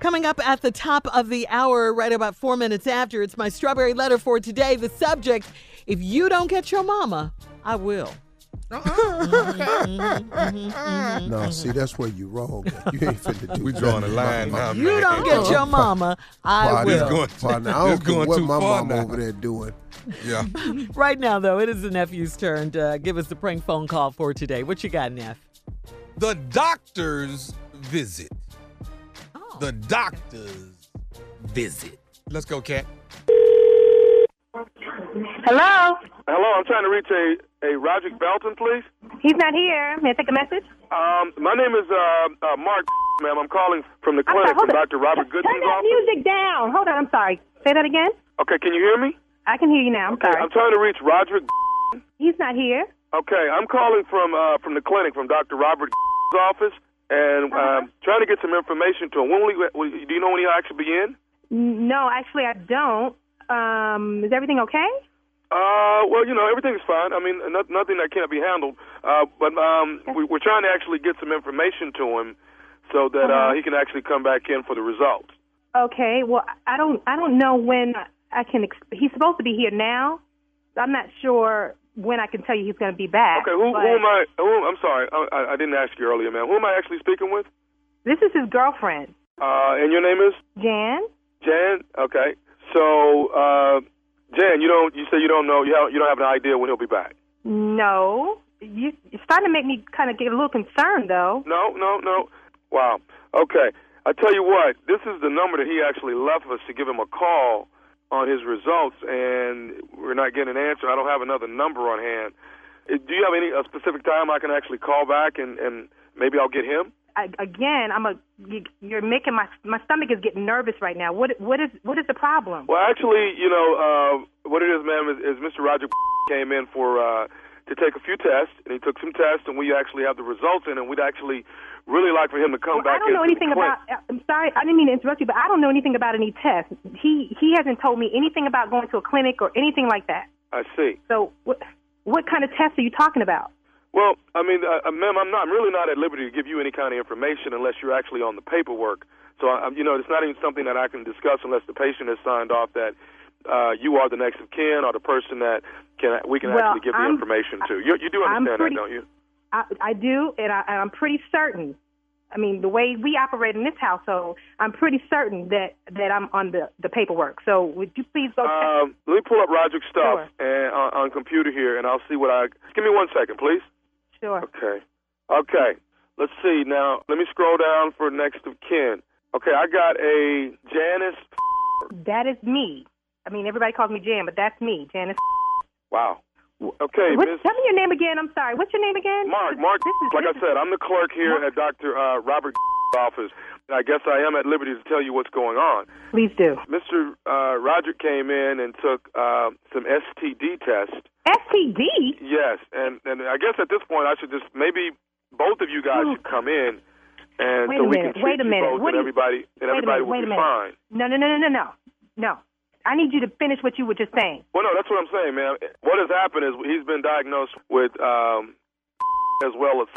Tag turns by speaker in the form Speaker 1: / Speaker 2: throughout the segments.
Speaker 1: Coming up at the top of the hour, right about four minutes after, it's my strawberry letter for today. The subject If you don't get your mama, I will. Mm-hmm.
Speaker 2: No, see, that's where you wrong. at. You ain't finna do
Speaker 3: We
Speaker 2: nothing
Speaker 3: drawing a
Speaker 2: to
Speaker 3: line
Speaker 2: my
Speaker 3: now.
Speaker 2: mama.
Speaker 1: You don't get your mama, I
Speaker 2: Partner,
Speaker 1: will.
Speaker 3: It's going-
Speaker 2: partner, I don't
Speaker 3: it's
Speaker 2: care
Speaker 3: going
Speaker 2: what
Speaker 3: too
Speaker 2: my
Speaker 3: far
Speaker 2: mom
Speaker 3: now.
Speaker 2: over there doing.
Speaker 3: Yeah.
Speaker 1: Right now, though, it is the nephew's turn to give us the prank phone call for today. What you got, Neff?
Speaker 3: The doctor's visit.
Speaker 1: Oh.
Speaker 3: The doctor's visit. Let's go, cat.
Speaker 4: Hello?
Speaker 5: Hello, I'm trying to reach a, a Roger Belton, please.
Speaker 4: He's not here. May I take a message?
Speaker 5: Um, my name is uh, uh, Mark, ma'am. I'm calling from the
Speaker 4: I'm
Speaker 5: clinic
Speaker 4: sorry, hold
Speaker 5: from
Speaker 4: on.
Speaker 5: Dr. Robert
Speaker 4: Turn
Speaker 5: Goodson's
Speaker 4: that
Speaker 5: office.
Speaker 4: music down. Hold on, I'm sorry. Say that again.
Speaker 5: Okay, can you hear me?
Speaker 4: I can hear you now. I'm sorry.
Speaker 5: I'm trying to reach Roger.
Speaker 4: He's not here.
Speaker 5: Okay, I'm calling from uh, from the clinic from Dr. Robert office and
Speaker 4: Uh-huh.
Speaker 5: um, trying to get some information to him. When will he, will- do you know when he'll actually be in?
Speaker 4: N- No, actually, I don't. Um, is everything okay?
Speaker 5: Uh, well, you know, everything's fine. I mean, no, nothing that can't be handled. Uh, but um, we, we're trying to actually get some information to him so that
Speaker 4: Uh-huh.
Speaker 5: uh, he can actually come back in for the results.
Speaker 4: Okay. Well, I don't. I don't know when I can. Ex- he's supposed to be here now. I'm not sure when I can tell you he's going to be back.
Speaker 5: Okay, who,
Speaker 4: but
Speaker 5: who am I? Who, I'm sorry, I, I- I didn't ask you earlier, man. Who am I actually speaking with?
Speaker 4: This is his girlfriend,
Speaker 5: Uh, and your name is
Speaker 4: Jan.
Speaker 5: Jan. Okay, so uh, Jan, you don't. You say you don't know. You, have, you don't have an idea when he'll be back.
Speaker 4: No, you, you're starting to make me kind of get a little concerned, though.
Speaker 5: No, no, no. Wow. Okay. I tell you what. This is the number that he actually left us to give him a call on his results, and we're not getting an answer. I don't have another number on hand. Uh, Do you have any a specific time I can actually call back and and maybe I'll get him?
Speaker 4: I, again, I'm a. You, you're making my my stomach is getting nervous right now. What what is what is the problem?
Speaker 5: Well, actually, you know uh, what it is, ma'am, is, is Mr. Roger came in for uh, to take a few tests, and he took some tests, and we actually have the results in, and we'd actually really like for him to come
Speaker 4: Well,
Speaker 5: back.
Speaker 4: I don't know
Speaker 5: into the
Speaker 4: anything
Speaker 5: clinic.
Speaker 4: about. I'm sorry, I didn't mean to interrupt you, but I don't know anything about any tests. He he hasn't told me anything about going to a clinic or anything like that.
Speaker 5: I see.
Speaker 4: So what what kind of tests are you talking about?
Speaker 5: Well, I mean, uh, uh, ma'am, I'm not I'm really not at liberty to give you any kind of information unless you're actually on the paperwork. So, I, I'm- you know, it's not even something that I can discuss unless the patient has signed off that uh, you are the next of kin or the person that can we can
Speaker 4: Well,
Speaker 5: actually give
Speaker 4: I'm-
Speaker 5: the information to. You, you do
Speaker 4: I'm
Speaker 5: understand
Speaker 4: pretty-
Speaker 5: that, don't you?
Speaker 4: I, I do, and I, and I'm pretty certain. I mean, the way we operate in this household, I'm pretty certain that that I'm on the the paperwork. So would you please go? check?
Speaker 5: Um, let me pull up Roger's stuff and, on, on computer here, and I'll see what I. Give me one second, please.
Speaker 4: Sure.
Speaker 5: Okay. Okay. Let's see now. Let me scroll down for next of kin. Okay, I got a Janice.
Speaker 4: That is me. I mean, everybody calls me Jan, but that's me, Janice.
Speaker 5: Wow. Okay,
Speaker 4: What,
Speaker 5: Miss
Speaker 4: tell me your name again. I'm sorry. What's your name again?
Speaker 5: Mark. Mark.
Speaker 4: This is,
Speaker 5: Like I
Speaker 4: this is-
Speaker 5: said, I'm the clerk here
Speaker 4: Mark.
Speaker 5: at Dr. Uh, Robert office. And I guess I am at liberty to tell you what's going on.
Speaker 4: Please do.
Speaker 5: Mr. Uh, Roger came in and took uh, some STD tests.
Speaker 4: STD.
Speaker 5: Yes, and and I guess at this point I should just maybe both of you guys should come in, and
Speaker 4: Wait
Speaker 5: so
Speaker 4: a
Speaker 5: we
Speaker 4: minute,
Speaker 5: can treat
Speaker 4: wait a
Speaker 5: you
Speaker 4: minute,
Speaker 5: both
Speaker 4: what
Speaker 5: and
Speaker 4: do you-
Speaker 5: everybody and
Speaker 4: wait a
Speaker 5: everybody
Speaker 4: minute,
Speaker 5: will
Speaker 4: wait a
Speaker 5: be
Speaker 4: minute.
Speaker 5: fine.
Speaker 4: No, no, no, no, no, no, no. I need you to finish what you were just saying.
Speaker 5: Well, no, that's what I'm saying, man. What has happened is he's been diagnosed with um, as well as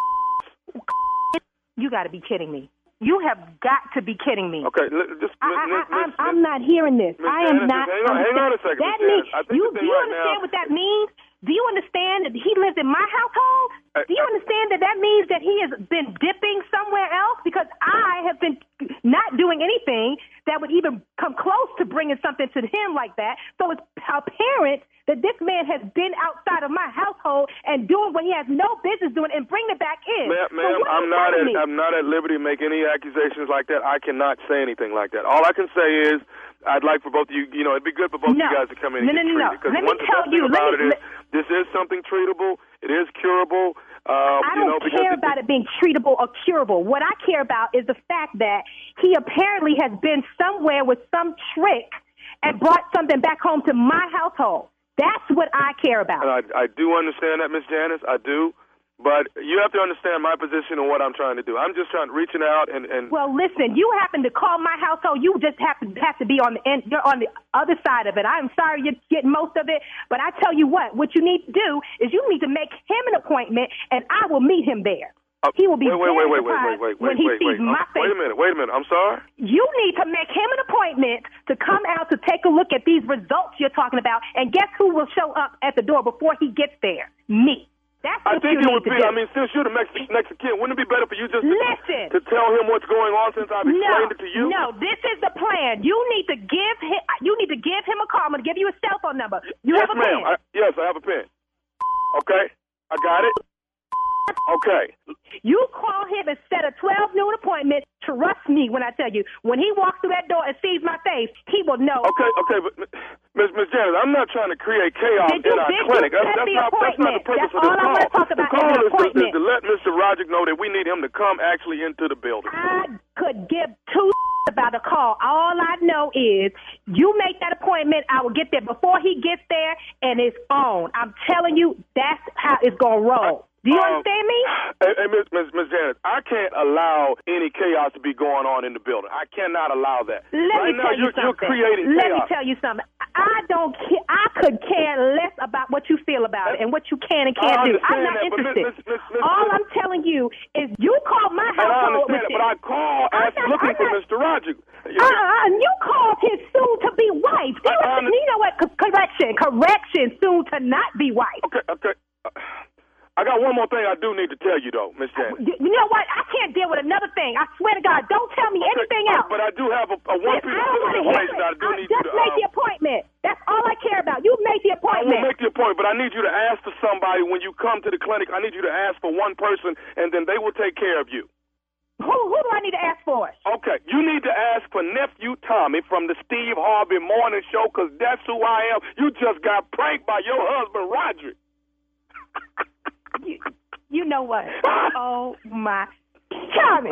Speaker 4: You got to be kidding me. You have got to be kidding me.
Speaker 5: okay. li- Just
Speaker 4: I, I,
Speaker 5: Miss- Miss-
Speaker 4: I, I'm,
Speaker 5: Miss-
Speaker 4: I'm not hearing this.
Speaker 5: Miss
Speaker 4: I am
Speaker 5: Janice,
Speaker 4: not.
Speaker 5: hang on- hang on a second,
Speaker 4: That
Speaker 5: Miss
Speaker 4: means
Speaker 5: Janice. I think
Speaker 4: you.
Speaker 5: the
Speaker 4: Do
Speaker 5: thing
Speaker 4: you
Speaker 5: right
Speaker 4: understand
Speaker 5: now-
Speaker 4: what that means? Do you understand that he lives in my household?
Speaker 5: I-
Speaker 4: Do you
Speaker 5: I-
Speaker 4: understand that that means that he has been dipping somewhere else? Because I have been not doing anything that would even come close to bringing something to him like that. So it's apparent that this man has been outside of my household and doing what he has no business doing and bringing it back in.
Speaker 5: Ma'am,
Speaker 4: So
Speaker 5: ma'am
Speaker 4: what are
Speaker 5: I'm
Speaker 4: you
Speaker 5: not
Speaker 4: telling
Speaker 5: at
Speaker 4: me?
Speaker 5: I'm not at liberty to make any accusations like that. I cannot say anything like that. All I can say is I'd like for both of you. You know, it'd be good for both
Speaker 4: No.
Speaker 5: of you guys to come in
Speaker 4: No,
Speaker 5: and
Speaker 4: no,
Speaker 5: get
Speaker 4: no, no.
Speaker 5: treated. Because
Speaker 4: Let me
Speaker 5: one the
Speaker 4: tell
Speaker 5: best thing
Speaker 4: you, let
Speaker 5: about
Speaker 4: me-
Speaker 5: it is this is something treatable. It is curable. Um,
Speaker 4: I
Speaker 5: you
Speaker 4: don't
Speaker 5: know, because
Speaker 4: care
Speaker 5: it-
Speaker 4: about it being treatable or curable. What I care about is the fact that he apparently has been somewhere with some trick and brought something back home to my household. That's what I care about.
Speaker 5: And I, I do understand that, Miss Janice. I do. But you have to understand my position and what I'm trying to do. I'm just trying reaching out and and
Speaker 4: well, listen, you happen to call my household. You just happen have to be on the end. You're on the other side of it. I'm sorry you're getting most of it, but I tell you what, what you need to do is you need to make him an appointment, and I will meet him there.
Speaker 5: Uh,
Speaker 4: He will be
Speaker 5: wait, wait, wait,
Speaker 4: very
Speaker 5: wait, wait, wait,
Speaker 4: surprised
Speaker 5: wait, wait,
Speaker 4: when he
Speaker 5: wait,
Speaker 4: sees
Speaker 5: wait.
Speaker 4: my
Speaker 5: I'm- wait a
Speaker 4: face.
Speaker 5: minute, wait a minute. I'm sorry.
Speaker 4: You need to make him an appointment to come out to take a look at these results you're talking about. And guess who will show up at the door before he gets there? Me. That's what
Speaker 5: I think
Speaker 4: you
Speaker 5: it
Speaker 4: need
Speaker 5: would
Speaker 4: to
Speaker 5: be.
Speaker 4: do.
Speaker 5: I mean, since you're the Mexican, Mexican, wouldn't it be better for you just
Speaker 4: Listen.
Speaker 5: to, to tell him what's going on since I've
Speaker 4: no,
Speaker 5: explained it to you?
Speaker 4: no, this is the plan. You need to give him. You need to give him a call. I'm gonna give you his cell phone number. You
Speaker 5: yes,
Speaker 4: have a
Speaker 5: ma'am.
Speaker 4: plan.
Speaker 5: I, yes, I have a pen. Okay, I got it. Okay,
Speaker 4: You call him and set a 12 noon appointment. Trust me when I tell you. When he walks through that door and sees my face, he will know.
Speaker 5: okay, okay. But Miss Miss Janet, I'm not trying to create chaos
Speaker 4: Did you-
Speaker 5: in our
Speaker 4: did you
Speaker 5: clinic. That's,
Speaker 4: set
Speaker 5: that's
Speaker 4: the
Speaker 5: not that's not the
Speaker 4: appointment?
Speaker 5: purpose
Speaker 4: That's
Speaker 5: of this
Speaker 4: all I
Speaker 5: call.
Speaker 4: wanna talk
Speaker 5: the
Speaker 4: about is
Speaker 5: call
Speaker 4: the
Speaker 5: is to, is
Speaker 4: appointment.
Speaker 5: to let Mr. Roger know that we need him to come actually into the building.
Speaker 4: I could give two about a call. All I know is you make that appointment. I will get there before he gets there, and it's on. I'm telling you, that's how it's gonna roll. Do you
Speaker 5: Um,
Speaker 4: understand me?
Speaker 5: Hey, hey, Miss, Miss, Miss Janet, I can't allow any chaos to be going on in the building. I cannot allow that.
Speaker 4: Let
Speaker 5: right
Speaker 4: me
Speaker 5: now,
Speaker 4: tell you
Speaker 5: you're,
Speaker 4: something.
Speaker 5: you're creating
Speaker 4: Let me
Speaker 5: chaos.
Speaker 4: tell you something. I don't. Care, I could care less about what you feel about it and what you can and can't
Speaker 5: I
Speaker 4: do.
Speaker 5: understand
Speaker 4: I'm not
Speaker 5: that, but
Speaker 4: interested.
Speaker 5: Miss- Miss- Miss-
Speaker 4: All
Speaker 5: Miss-
Speaker 4: I'm telling you is you call my
Speaker 5: and I
Speaker 4: household.
Speaker 5: understand it,
Speaker 4: with
Speaker 5: but I
Speaker 4: this.
Speaker 5: call
Speaker 4: I'm
Speaker 5: ask
Speaker 4: not-
Speaker 5: looking
Speaker 4: I'm
Speaker 5: for
Speaker 4: not-
Speaker 5: Mr. Roger. You-
Speaker 4: Uh-uh, and you called his soon-to-be wife. You,
Speaker 5: I- I under-
Speaker 4: you know what? Co- Correction, correction. Soon-to-not be wife.
Speaker 5: Okay, okay. I got one more thing I do need to tell you, though, Miss Janet.
Speaker 4: You, you know what? I can't deal with another thing. I swear to God, don't tell me anything
Speaker 5: Okay, uh,
Speaker 4: else.
Speaker 5: But I do have a, a
Speaker 4: I
Speaker 5: one piece
Speaker 4: don't
Speaker 5: of
Speaker 4: want to hear
Speaker 5: information
Speaker 4: it.
Speaker 5: that I do
Speaker 4: I
Speaker 5: need
Speaker 4: just
Speaker 5: you to.
Speaker 4: make
Speaker 5: uh,
Speaker 4: the appointment. That's all I care about. You make the
Speaker 5: I will
Speaker 4: appointment.
Speaker 5: make the appointment, but I need you to ask for somebody when you come to the clinic. I need you to ask for one person, and then they will take care of you.
Speaker 4: Who who do I need to ask for?
Speaker 5: Okay, you need to ask for nephew Tommy from the Steve Harvey Morning Show, 'cause that's who I am. You just got pranked by your husband Roger.
Speaker 4: You, you know what? Oh my, Tommy,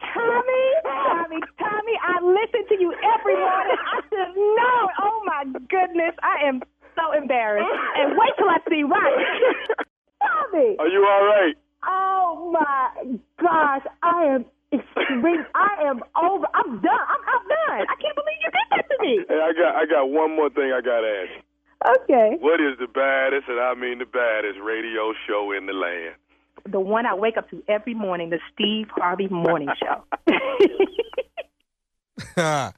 Speaker 4: Tommy, Tommy, Tommy! I listen to you every morning. I should know. Oh my goodness, I am so embarrassed. And wait till I see Roger. Tommy.
Speaker 5: Are you all right?
Speaker 4: Oh my gosh, I am extreme. I am over. I'm done. I'm outdone. I can't believe you did that to me.
Speaker 5: Hey, I got I got one more thing I gotta ask. you.
Speaker 4: Okay.
Speaker 5: What is the baddest, and I mean the baddest, radio show in the land?
Speaker 4: The one I wake up to every morning, the Steve Harvey Morning Show.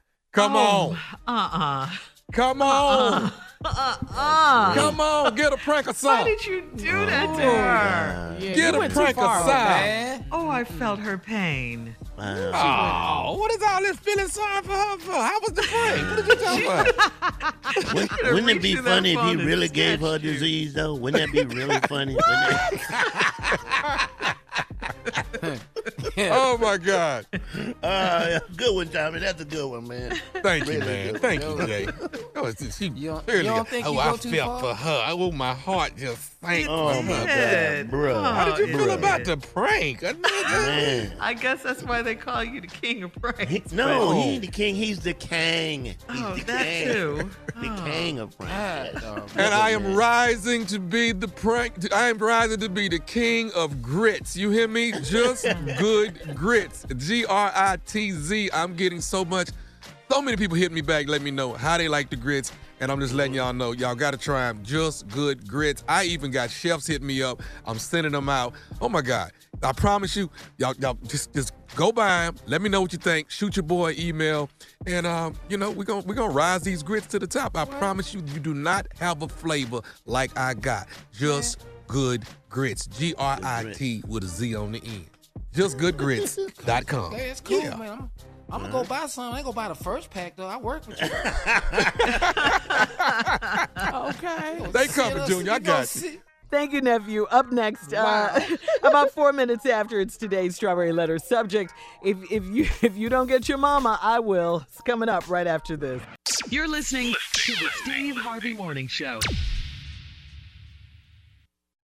Speaker 3: Come on.
Speaker 1: Uh-uh.
Speaker 3: Come on.
Speaker 1: Uh-uh.
Speaker 3: Come on. Get a prank or
Speaker 1: Why
Speaker 3: something.
Speaker 1: did you
Speaker 3: Oh,
Speaker 1: do that to her?
Speaker 3: Get a prank or something.
Speaker 1: Oh, I felt her pain.
Speaker 3: Oh, what is all this feeling sorry for her for? How was the prank? What did you talking about?
Speaker 6: Wouldn't,
Speaker 1: Could've
Speaker 6: wouldn't it
Speaker 1: reached
Speaker 6: be
Speaker 1: through that
Speaker 6: funny if
Speaker 1: phone
Speaker 6: he
Speaker 1: and
Speaker 6: really gave her a
Speaker 1: snatched you.
Speaker 6: disease, though? Wouldn't that be really funny? Wouldn't that-
Speaker 3: Oh my God!
Speaker 6: Uh, good one, Tommy. That's a good one, man.
Speaker 3: Thank you,
Speaker 6: Really
Speaker 3: man.
Speaker 6: good.
Speaker 3: Thank you, Jay. Oh, it's- she
Speaker 7: You don't-
Speaker 3: clearly-
Speaker 7: you don't think
Speaker 3: oh,
Speaker 7: you
Speaker 3: I
Speaker 7: go too
Speaker 3: felt
Speaker 7: far?
Speaker 3: for her. Oh, my heart just sank.
Speaker 6: Oh
Speaker 3: for
Speaker 6: my
Speaker 3: her.
Speaker 1: Good.
Speaker 6: God, bro.
Speaker 3: How did you
Speaker 1: Oh,
Speaker 3: feel
Speaker 1: yeah.
Speaker 3: about the prank? I mean, that-
Speaker 6: Man.
Speaker 1: I guess that's why they call you the king of
Speaker 6: He-
Speaker 1: pranks.
Speaker 6: no,
Speaker 1: but-
Speaker 6: he ain't the king. He's the king. He's
Speaker 1: Oh,
Speaker 6: the
Speaker 1: that
Speaker 6: king.
Speaker 1: too. Oh,
Speaker 6: The king of Oh, France.
Speaker 3: And I am rising to be the prank. I am rising to be the king of grits. You hear me? Just good grits. G R I T Z. I'm getting so much. So many people hit me back, let me know how they like the grits. And I'm just letting y'all know, y'all gotta try them. Just good grits. I even got chefs hit me up. I'm sending them out. Oh my God. I promise you, y'all, y'all just just go by them. Let me know what you think. Shoot your boy an email. And um, you know, we're gonna we're gonna rise these grits to the top. I promise you, you do not have a flavor like I got. Just good grits. G-R-I-T with a Z on the end. JustGoodGrits.com.
Speaker 7: Hey, that's cool,
Speaker 3: Yeah.
Speaker 7: man. I'm, I'm gonna go buy some. I ain't gonna buy the first pack though. I work with you. okay.
Speaker 3: They coming, Junior. I got you.
Speaker 1: Thank you, nephew. Up next, uh, about four minutes after it's today's strawberry letter subject. If if you if you don't get your mama, I will. It's coming up right after this.
Speaker 8: You're listening to the Steve Harvey Morning Show.